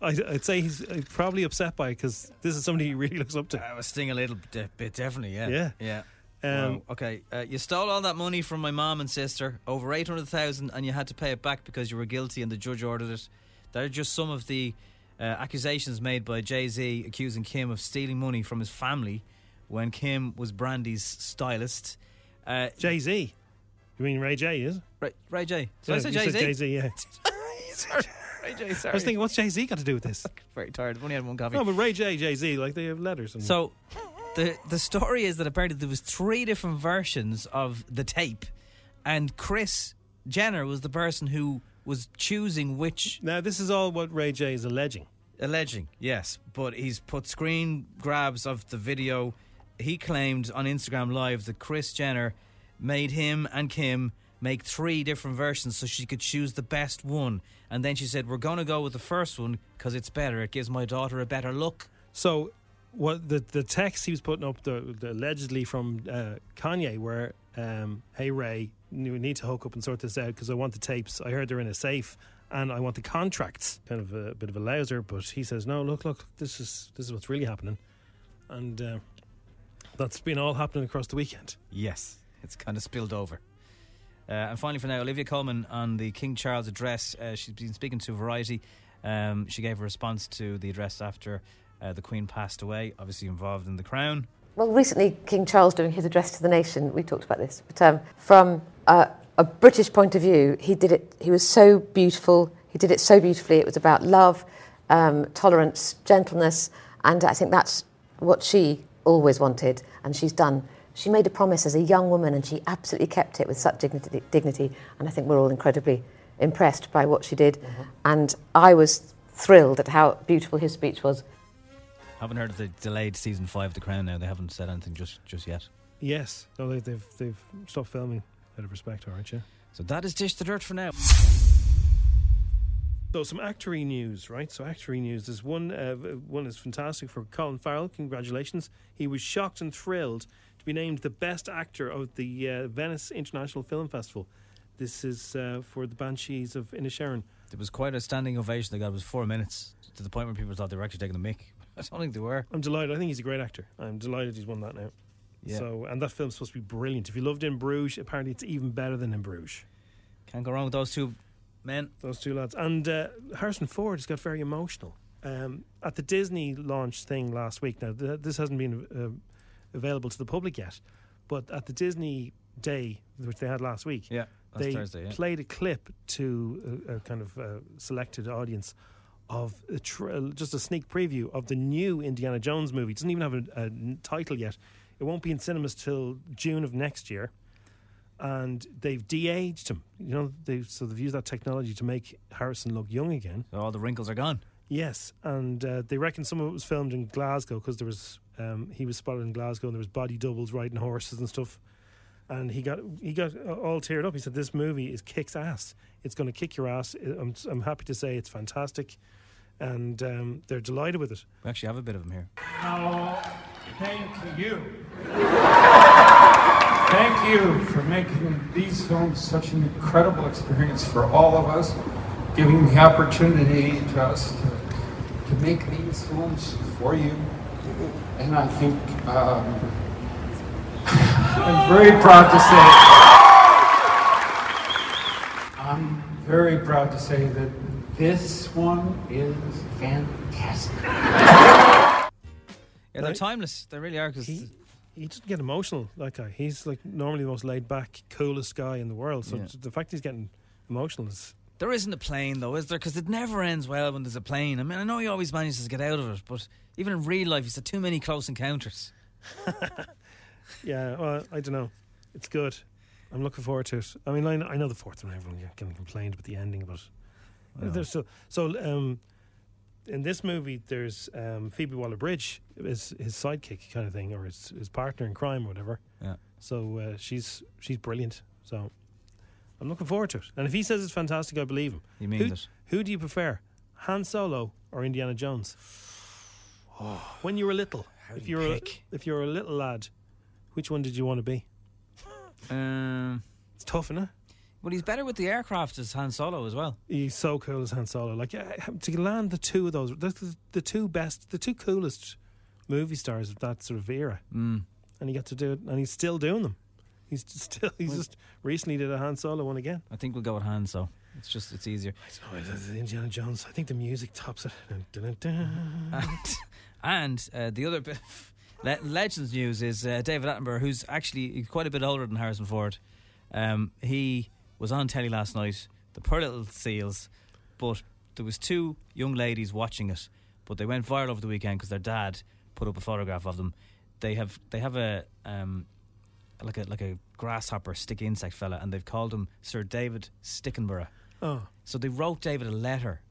B: I, I'd say he's uh, probably upset by it because this is somebody he really looks up to.
C: I was sting a little bit, bit definitely, yeah.
B: Yeah.
C: Yeah.
B: Um,
C: Wow, okay, uh, you stole all that money from my mom and sister, over 800,000, and you had to pay it back because you were guilty and the judge ordered it. They're just some of the uh, accusations made by Jay Z accusing Kim of stealing money from his family when Kim was Brandy's stylist. Uh,
B: Jay Z. You mean Ray J, is it?
C: Ray, Ray J. Did I
B: Yeah,
C: say
B: you
C: Jay
B: said
C: Z?
B: Jay-Z, yeah.
C: Ray J, [laughs] sorry.
B: I was thinking, what's Jay Z got to do with this?
C: [laughs] Very tired. I've only had one coffee.
B: No, but Ray J, Jay Z, like they have letters. And
C: So the the story is that apparently there was three different versions of the tape, and Chris Jenner was the person who was choosing which.
B: Now this is all what Ray J is alleging.
C: Alleging, yes, but he's put screen grabs of the video. He claimed on Instagram Live that Chris Jenner made him and Kim make three different versions so she could choose the best one. And then she said, We're going to go with the first one because it's better. It gives my daughter a better look.
B: So what the the text he was putting up the, the allegedly from uh, Kanye were, um, "Hey Ray, you need to hook up and sort this out because I want the tapes. I heard they're in a safe." And I want the contracts. Kind of a bit of a louser, but he says, "No, look, look. This is this is what's really happening," and uh, that's been all happening across the weekend.
C: Yes, it's kind of spilled over. Uh, and finally, for now, Olivia Coleman on the King Charles address. Uh, she's been speaking to Variety. Um, she gave a response to the address after uh, the Queen passed away, obviously involved in the crown.
D: Well, recently, King Charles doing his address to the nation, we talked about this, but um, from uh, a British point of view, he did it, he was so beautiful, he did it so beautifully. It was about love, um, tolerance, gentleness, and I think that's what she always wanted, and she's done. She made a promise as a young woman, and she absolutely kept it with such dignity, dignity and I think we're all incredibly impressed by what she did. And I was thrilled at how beautiful his speech was.
C: Haven't heard of the delayed season five of the crown now. They haven't said anything just, just yet.
B: Yes, no, they, they've they've stopped filming out of respect, aren't you?
C: So that is Dish the Dirt for now.
B: So some actory news, right? So actory news. There's one. Uh, one is fantastic for Colin Farrell. Congratulations. He was shocked and thrilled to be named the best actor of the uh, Venice International Film Festival. This is uh, for the Banshees of Inisherin.
C: There was quite a standing ovation they got. It was four minutes to the point where people thought they were actually taking the mic. [laughs] I don't think they were.
B: I'm delighted. I think he's a great actor. I'm delighted he's won that now.
C: Yeah.
B: So and that film's supposed to be brilliant. If you loved In Bruges, apparently it's even better than In Bruges.
C: Can't go wrong with those two men.
B: Those two lads. And uh, Harrison Ford has got very emotional um, at the Disney launch thing last week. Now, th- this hasn't been uh, available to the public yet, but at the Disney day, which they had last week,
C: Yeah, last
B: they
C: Thursday, yeah.
B: played a clip to a, a kind of uh selected audience of a tr- just a sneak preview of the new Indiana Jones movie. It doesn't even have a, a n- title yet. It won't be in cinemas till June of next year and they've de-aged him. You know, they so they've used that technology to make Harrison look young again.
C: All the wrinkles are gone.
B: Yes, and uh, they reckon some of it was filmed in Glasgow because there was um, he was spotted in Glasgow and there was body doubles riding horses and stuff. And he got he got all teared up. He said, "This movie is kicks ass. It's going to kick your ass. I'm, I'm happy to say it's fantastic." And um, they're delighted with it.
C: We actually have a bit of them here.
E: Now, thank you. Thank you for making these films such an incredible experience for all of us, giving the opportunity to us to, to make these films for you. And I think um, [laughs] I'm very proud to say. I'm very proud to say that this one is fantastic. [laughs]
C: Yeah, they're timeless. They really are. Cause
B: he, he doesn't get emotional. That guy. He's like normally the most laid back, coolest guy in the world. So
C: Yeah.
B: t- the fact he's getting emotional is
C: There isn't a plane, though, is there? Because it never ends well when there's a plane. I mean, I know he always manages to get out of it, but even in real life, he's had too many close encounters.
B: Yeah, well, I don't know. It's good. I'm looking forward to it. I mean, I, I know the fourth one, everyone kind of complained about the ending, but
C: I know.
B: there's still. So, um, in this movie, there's um, Phoebe Waller Bridge, is his sidekick kind of thing, or his, his partner in crime or whatever.
C: Yeah.
B: So uh, she's she's brilliant. So I'm looking forward to it. And if he says it's fantastic, I believe him.
C: You
B: who,
C: mean that?
B: Who do you prefer, Han Solo or
C: [sighs]
B: Indiana Jones? when you were little, if you were if you were a little lad, which one did you want to be?
C: Um,
B: it's tough, isn't it?
C: Well, he's better with the aircraft as Han Solo as well.
B: He's so cool as Han Solo. Like yeah, to land the two of those, the, the, the two best, the two coolest movie stars of that sort of era,
C: Mm.
B: and he got to do it, and he's still doing them. He's just still. He's just recently did a Han Solo one again.
C: I think we'll go with Han, so it's just it's easier.
B: Oh, the- the Indiana Jones.
C: [laughs]
B: I think the music tops it. Dun, dun, dun, dun.
C: And uh, the other bit, [laughs] Le- Legends news is uh, David Attenborough, who's actually quite a bit older than Harrison Ford. Um, he was on telly last night, the Poor Little Seals, but there was two young ladies watching it, but they went viral over the weekend because their dad put up a photograph of them. They have they have a um, like a like a grasshopper stick insect fella, and they've called him Sir David Stickenborough.
B: Oh.
C: So they wrote David a letter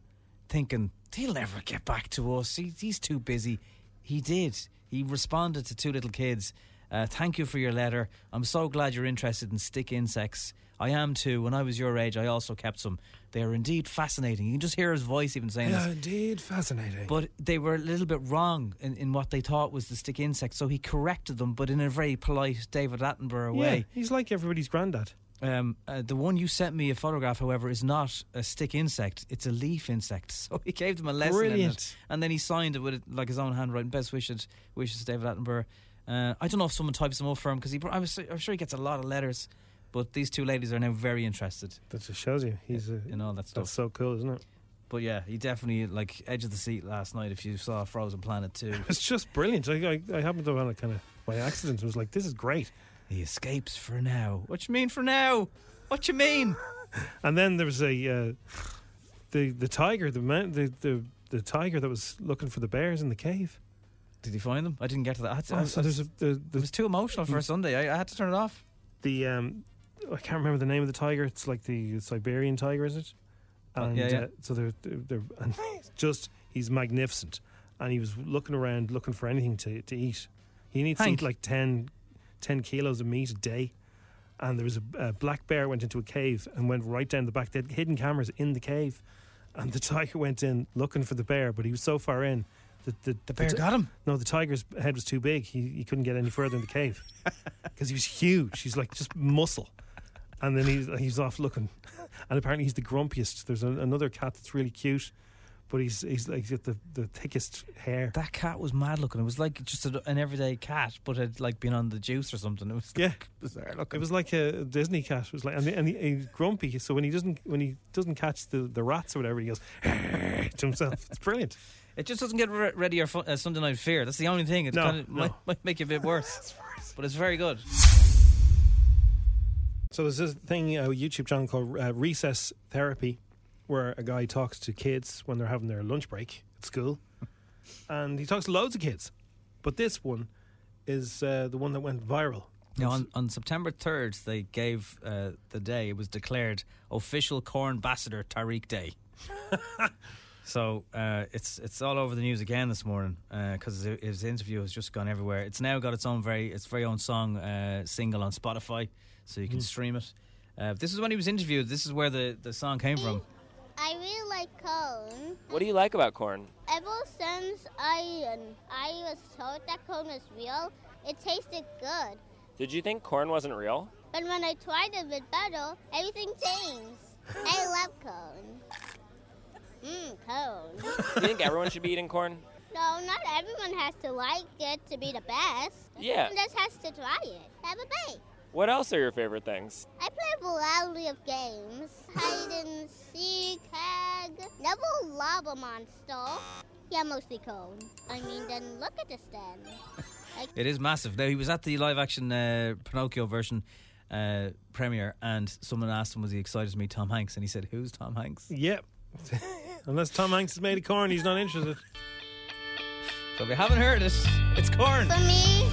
C: thinking, he'll never get back to us. He, he's too busy. He did. He responded to two little kids. Uh, thank you for your letter. I'm so glad you're interested in stick insects. I am too. When I was your age, I also kept some. They are indeed fascinating. You can just hear his voice even saying
B: [laughs] Yeah,
C: this.
B: indeed, fascinating.
C: But they were a little bit wrong in, in what they thought was the stick insect, so he corrected them, but in a very polite David Attenborough
B: Yeah,
C: way.
B: he's like everybody's granddad.
C: Um, uh, the one you sent me a photograph, however, is not a stick insect; it's a leaf insect. [laughs] So he gave them a lesson, in
B: Brilliant.
C: it. and then he signed it with it, like his own handwriting. Best wishes, wishes, David Attenborough. Uh, I don't know if someone types them up for him because he. pro- I was, I'm sure he gets a lot of letters, but these two ladies are now very interested.
B: That just shows you he's a,
C: in all that stuff.
B: That's so cool, isn't it?
C: But yeah, he definitely like edge of the seat last night. If you saw Frozen Planet two,
B: It's just brilliant. I, I, I happened to run it kind of by accident. I was like, this is great.
C: He escapes for now. What you mean for now? What you mean?
B: [laughs] and then there was a uh, the the tiger, the man, the, the the tiger that was looking for the bears in the cave.
C: Did he find them? I didn't get to that. I had to- I
B: Oh, so there's a, the, the, it was
C: too emotional for a Sunday. I, I had to turn it off.
B: The um, I can't remember the name of the tiger. It's like the Siberian tiger, is it?
C: Oh,
B: And
C: yeah, yeah.
B: Uh, so they're, they're, they're [laughs] and he's just he's magnificent, and he was looking around looking for anything to, to eat. He needs
C: Hank.
B: to eat like 10, 10 kilos of meat a day. And there was a, a black bear went into a cave and went right down the back. They had hidden cameras in the cave, and the [laughs] tiger went in looking for the bear, but he was so far in. that the, the
C: bear got him?
B: No, the tiger's head was too big. He, he couldn't get any further in
C: [laughs]
B: the cave because he was huge. He's like just muscle. And then he's, he's off looking. [laughs] And apparently he's the grumpiest. There's a, another cat that's really cute, but he's he's like got the, the thickest hair.
C: That cat was mad looking. It was like just a, an everyday cat, but had like been on the juice or something. It was
B: Yeah,
C: bizarre looking.
B: It was like a Disney cat. It was like, and, he- and he, he's grumpy. So when he doesn't when he doesn't catch the, the rats or whatever, he goes [laughs] to himself. It's brilliant.
C: It just doesn't get re- ready your fu- uh, Sunday night fear. That's the only thing. It
B: No,
C: kind of
B: no.
C: might, might make you a bit
B: [laughs]
C: worse, but it's very good.
B: So there's this thing, a YouTube channel called uh, Recess Therapy, where a guy talks to kids when they're having their lunch break at [laughs] school, and he talks to loads of kids. But this one is uh, the one that went viral.
C: Now, on, on September 3rd, they gave uh, the day, it was declared official Corn Ambassador Tariq
B: [laughs]
C: Day. so uh, it's it's all over the news again this morning because his interview has just gone everywhere. It's now got its own very its very own song uh, single on Spotify, so you can
F: Mm.
C: stream it. Uh, this is when he was interviewed. This is where the, the song came from.
F: I really like cone. What do you like about corn? Ever since I um, I was told that cone was real, it tasted good. Did you think corn wasn't real? But when I tried it with butter, everything changed. [laughs] I love cone. Mmm, cone. Do you think everyone should be eating corn? No, not everyone has to like it to be the best. Yeah. Everyone just has to try it. Have a bite. What else are your favorite things? I play a variety of games. Hide and seek, tag, double lava monster. Yeah, mostly cone. I mean, then look at this then. Like,
C: It is massive. Now he was at the live action uh, Pinocchio version uh, premiere, and someone asked him, "Was he excited to meet Tom Hanks?" And he said, "Who's Tom Hanks?"
B: Yep. [laughs] Unless Tom Hanks has made a corn, he's not interested.
C: So if you haven't heard it, it's corn.
F: for me,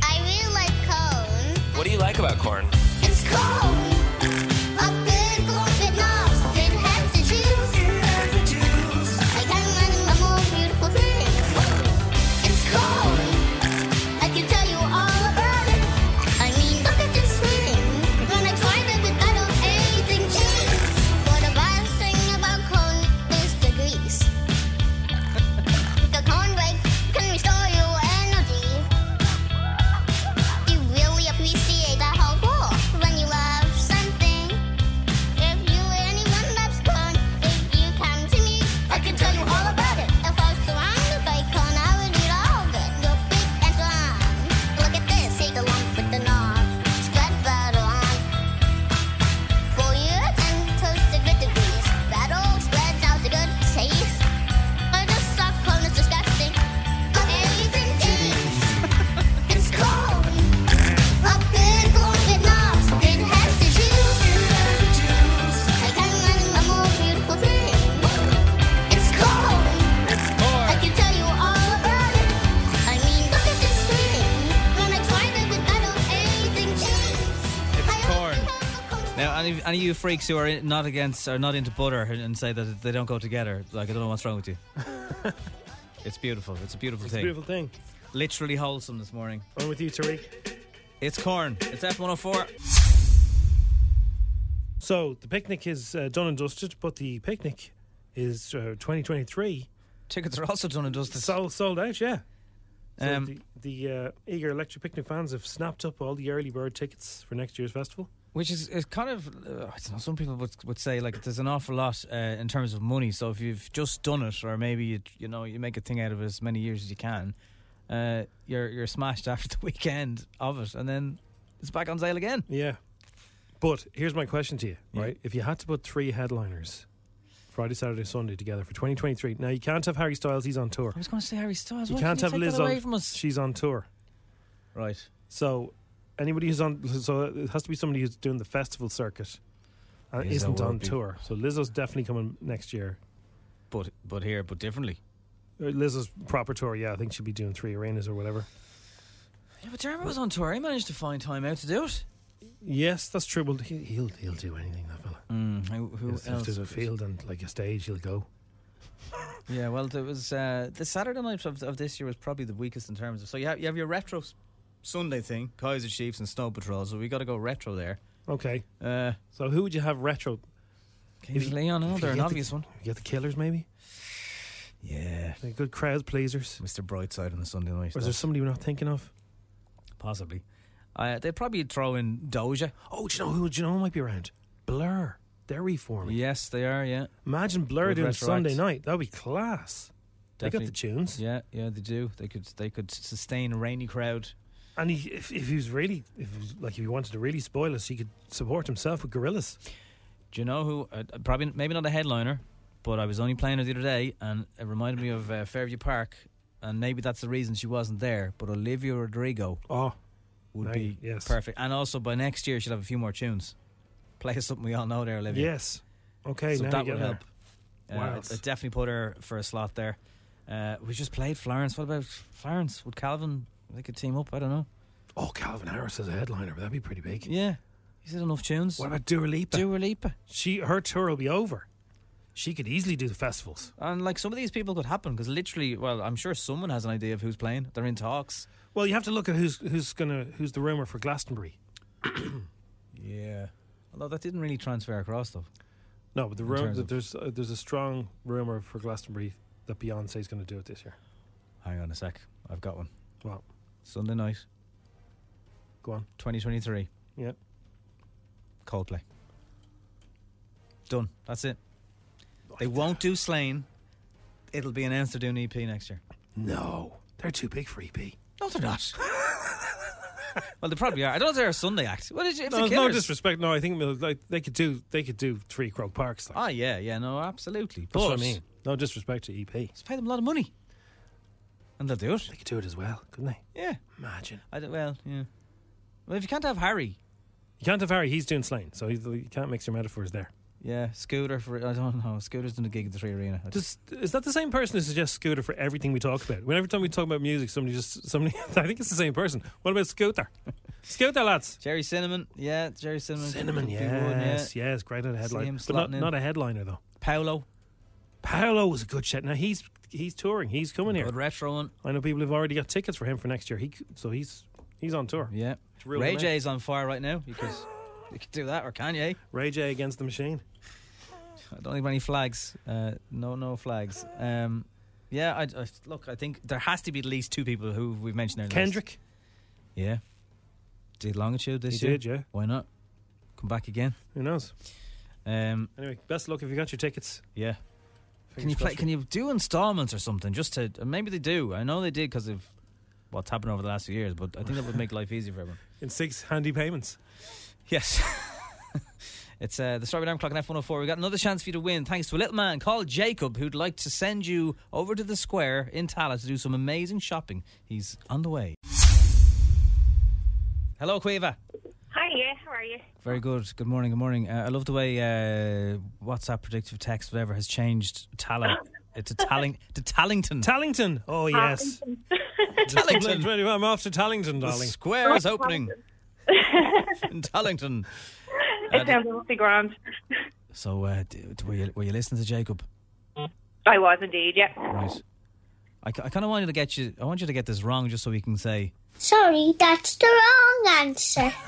F: I really like cone. What do you like about corn? It's cone. A big golden knobs. It has the juice. It has the juice. I can learn a more beautiful thing. It's cone. I can tell you all about it. I mean, look at this thing. When I tried it with metal, everything changed. What the best thing about cone is the grease. [laughs] The cone break can restore your energy. You really appreciate that whole goal when you love something.
C: any, any of you freaks who are not against or not into butter and say that they don't go together, like I don't know what's wrong with you. it's beautiful. It's a beautiful
G: It's a
C: thing.
G: beautiful thing.
C: Literally wholesome this morning.
G: On with you, Tariq.
C: It's corn. It's F104.
B: So the picnic is uh, done and dusted, but the picnic is uh, 2023.
C: Tickets are also done and dusted.
B: Sold, sold out, yeah. So
C: Um,
B: the the uh, eager electric picnic fans have snapped up all the early bird tickets for next year's festival.
C: Which is, is kind of, uh, I don't know, some people would, would say like there's an awful lot uh, in terms of money. So if you've just done it, or maybe you, you know you make a thing out of it as many years as you can, uh, you're you're smashed [laughs] after the weekend of it, and then it's back on sale again.
B: Yeah. But here's my question to you, right? If you had to put three headliners, Friday, Saturday, Sunday together for 2023, now you can't have Harry Styles; he's on tour.
C: I was going to say Harry Styles.
B: You
C: why
B: can't
C: can
B: have
C: you take
B: Liz
C: that away
B: on.
C: from us?
B: She's on tour.
C: Right.
B: So anybody who's on, so it has to be somebody who's doing the festival circuit and
C: Lizzo
B: isn't
C: will
B: on
C: be-
B: tour. So Lizzo's definitely coming next year.
C: But but here, but differently.
B: Uh, Lizzo's proper tour, yeah. I think she'll be doing three arenas or whatever.
C: Yeah, but Dermot was on tour. He managed to find time out to do it.
B: Yes, that's true. Well, he, he'll he'll do anything, that fella.
C: Mm, who- who
B: if, if
C: else
B: there's a
C: could-
B: field and like a stage, he'll go.
C: Yeah, well, there was uh, the Saturday night of, of this year was probably the weakest in terms of. So you have, you have your retro s- Sunday thing, Kaiser Chiefs and Snow Patrol. So we got to go retro there.
B: Okay.
C: Uh,
B: so who would you have retro?
C: Kings
B: If
C: of
B: you-
C: Leon,
B: if you
C: another an
B: get the-
C: obvious one.
B: You get the Killers, maybe.
C: Yeah,
B: They're good crowd pleasers.
C: Mr. Brightside on a Sunday night.
B: Or is there somebody we're not thinking of?
C: Possibly. Uh, they'd probably throw in Doja.
B: Oh, do you know who? Do you know who might be around? Blur. They're reforming.
C: Yes, they are. Yeah.
B: Imagine Blur
C: Would
B: doing
C: retroact.
B: Sunday night. That'd be class. They got
C: Definitely.
B: the tunes.
C: Yeah, yeah, they do. They could they could sustain a rainy crowd.
B: And he, if, if he was really, if he was, like, if he wanted to really spoil us, he could support himself with Gorillas.
C: Do you know who? Uh, probably maybe not a headliner, but I was only playing her the other day, and it reminded me of uh, Fairview Park, and maybe that's the reason she wasn't there. But Olivia Rodrigo,
B: oh,
C: would
B: Right,
C: be
B: yes.
C: perfect. And also by next year she'll have a few more tunes. Play us something we all know there, Olivia.
B: Yes. Okay,
C: so
B: now
C: that
B: you
C: would
B: get
C: help.
B: there. What
C: Uh,
B: else?
C: I definitely put her for a slot there. Uh, we just played Florence. What about Florence? Would Calvin? They could team up. I don't know.
B: Oh, Calvin Harris as a headliner, but that'd be pretty big.
C: Yeah, he's had enough tunes.
B: What about Dua Lipa?
C: Dua Lipa.
B: She, her tour will be over. She could easily do the festivals.
C: And like some of these people could happen because literally, well, I'm sure someone has an idea of who's playing. They're in talks.
B: Well, you have to look at who's who's gonna who's the rumor for Glastonbury.
C: Yeah. Although that didn't really transfer across though.
B: No, but the
C: In
B: rumor
C: terms
B: that
C: of-
B: there's uh, there's a strong rumor for Glastonbury that Beyonce's going to do it this year.
C: Hang on a sec. I've got one.
B: What?
C: Sunday night.
B: Go on.
C: 2023.
B: Yeah.
C: Coldplay. Done. That's it. They won't do Slain. It'll be announced they're doing EP E next year.
B: No, they're too big for E EP.
C: No, they're not. [laughs] well, they probably are. I don't know if they're a Sunday act. What is it? If
B: No,
C: the
B: there's no
C: Killers-
B: disrespect. No, I think like they could do they could do three Croke Parks. Like,
C: Ah, yeah, yeah, no, absolutely.
B: that's what I
C: But-
B: mean. No disrespect to EP. Just
C: pay them a lot of money, and they'll do it.
B: They could do it as well, couldn't they?
C: Yeah.
B: Imagine.
C: I don't, well, yeah. Well, if you can't have Harry,
B: You can't have Harry. He's doing Slain, so he's, you can't mix your metaphors there.
C: yeah, Scooter for I don't know. Scooter's done a gig at the Three Arena. I
B: Does, is that the same person who suggests Scooter for everything we talk about? When every time we talk about music, somebody just somebody. [laughs] I think it's the same person. What
C: [laughs]
B: about Scooter? Scooter, lads.
C: Jerry Cinnamon, yeah, Jerry Cinnamon.
B: Cinnamon,
C: could be
B: yes,
C: one, yeah.
B: yes, great at a
C: See him
B: headline, but not,
C: slotting in.
B: not a headliner though.
C: Paolo,
B: Paolo was a good shot. Now he's he's touring. He's coming here.
C: Good retro one.
B: I know people have already got tickets for him for next year. He c- so he's he's on tour.
C: Yeah,
B: real
C: Ray
B: nice.
C: J's on fire right now. You could, you could do that, or Kanye.
B: Ray J against the machine.
C: I don't think any flags. Uh, no, no flags. Um, yeah, I, I look. I think there has to be at least two people who we've mentioned. Their
B: Kendrick.
C: Yeah, did longitude this
B: He
C: year.
B: did, yeah.
C: Why not? Come back again.
B: Who knows?
C: Um,
B: Anyway, best luck if you got your tickets.
C: yeah. Can
B: Fingers
C: you play?
B: crossed.
C: Can you do installments or something? Just to maybe they do. I know they did because of what's happened over the last few years. But I think that would make life easy for everyone.
B: In six handy payments.
C: Yes. [laughs] It's uh, the Strawberry Alarm Clock on F104. we got another chance for you to win thanks to a little man called Jacob who'd like to send you over to the square in Tala to do some amazing shopping. He's on the way. Hello, Quiva.
P: Hi, yeah, how are you?
C: Very good. Good morning. Good morning. Uh, I love the way uh, WhatsApp predictive text, whatever, has changed Tala uh, to, [laughs] Talling- to Tallington.
B: Tallington. Oh, yes.
C: [laughs] Tallington.
B: I'm off to Tallington,
C: The
B: darling.
C: square is opening in Tallington.
P: It sounds awfully grand.
C: So, uh, d- d- were you were you listening to Jacob?
P: I was indeed, yeah.
C: Right. I, kind of wanted to get you. I want you to get this wrong, just so we can say [laughs]
Q: Sorry, that's the wrong answer.
P: [laughs]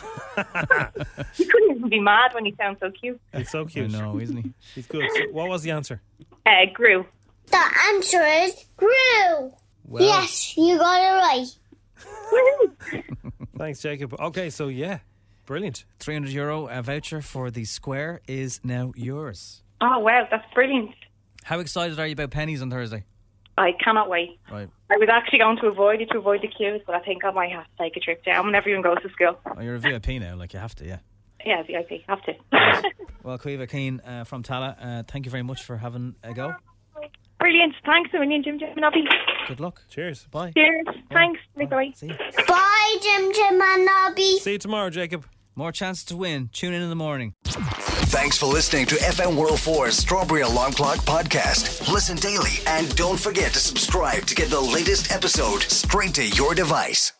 P: You couldn't even be mad when you sound so cute.
C: [laughs]
B: It's so cute. I
C: know, isn't he?
B: [laughs] He's good. So what was the answer?
P: Uh, grew.
Q: The answer is grew.
B: Well-
Q: Yes, you got it right.
B: Thanks, Jacob. Okay, so yeah, brilliant.
C: 300 euro a voucher for the square is now yours.
P: Oh, wow, that's brilliant.
C: How excited are you about pennies on Thursday?
P: I cannot wait.
C: Right.
P: I was actually going to avoid it to avoid the queues, but I think I might have to take a trip down when everyone goes to school.
C: Oh, you're a VIP now. Like you have to, yeah.
P: Yeah, VIP, have to. [laughs]
C: Well, Cueva Keane uh, from Tala, uh, thank you very much for having a go.
P: Brilliant. Thanks a million, Jim Jim and Abby.
C: Good luck.
B: Cheers.
C: Bye.
P: Cheers. Thanks. Bye. Bye.
Q: Bye, Jim Jim and Nobby.
B: See you tomorrow, Jacob.
C: More chances to win. Tune in in the morning.
A: Thanks for listening to FM 104's Strawberry Alarm Clock Podcast. Listen daily and don't forget to subscribe to get the latest episode straight to your device.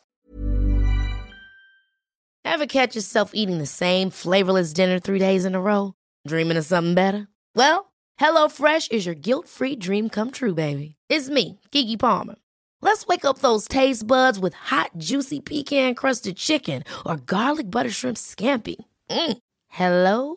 T: Ever catch yourself eating the same flavorless dinner three days in a row? Dreaming of something better? Well, HelloFresh is your guilt free dream come true, baby. It's me, Gigi Palmer. Let's wake up those taste buds with hot, juicy pecan crusted chicken or garlic butter shrimp scampi. Mm. Hello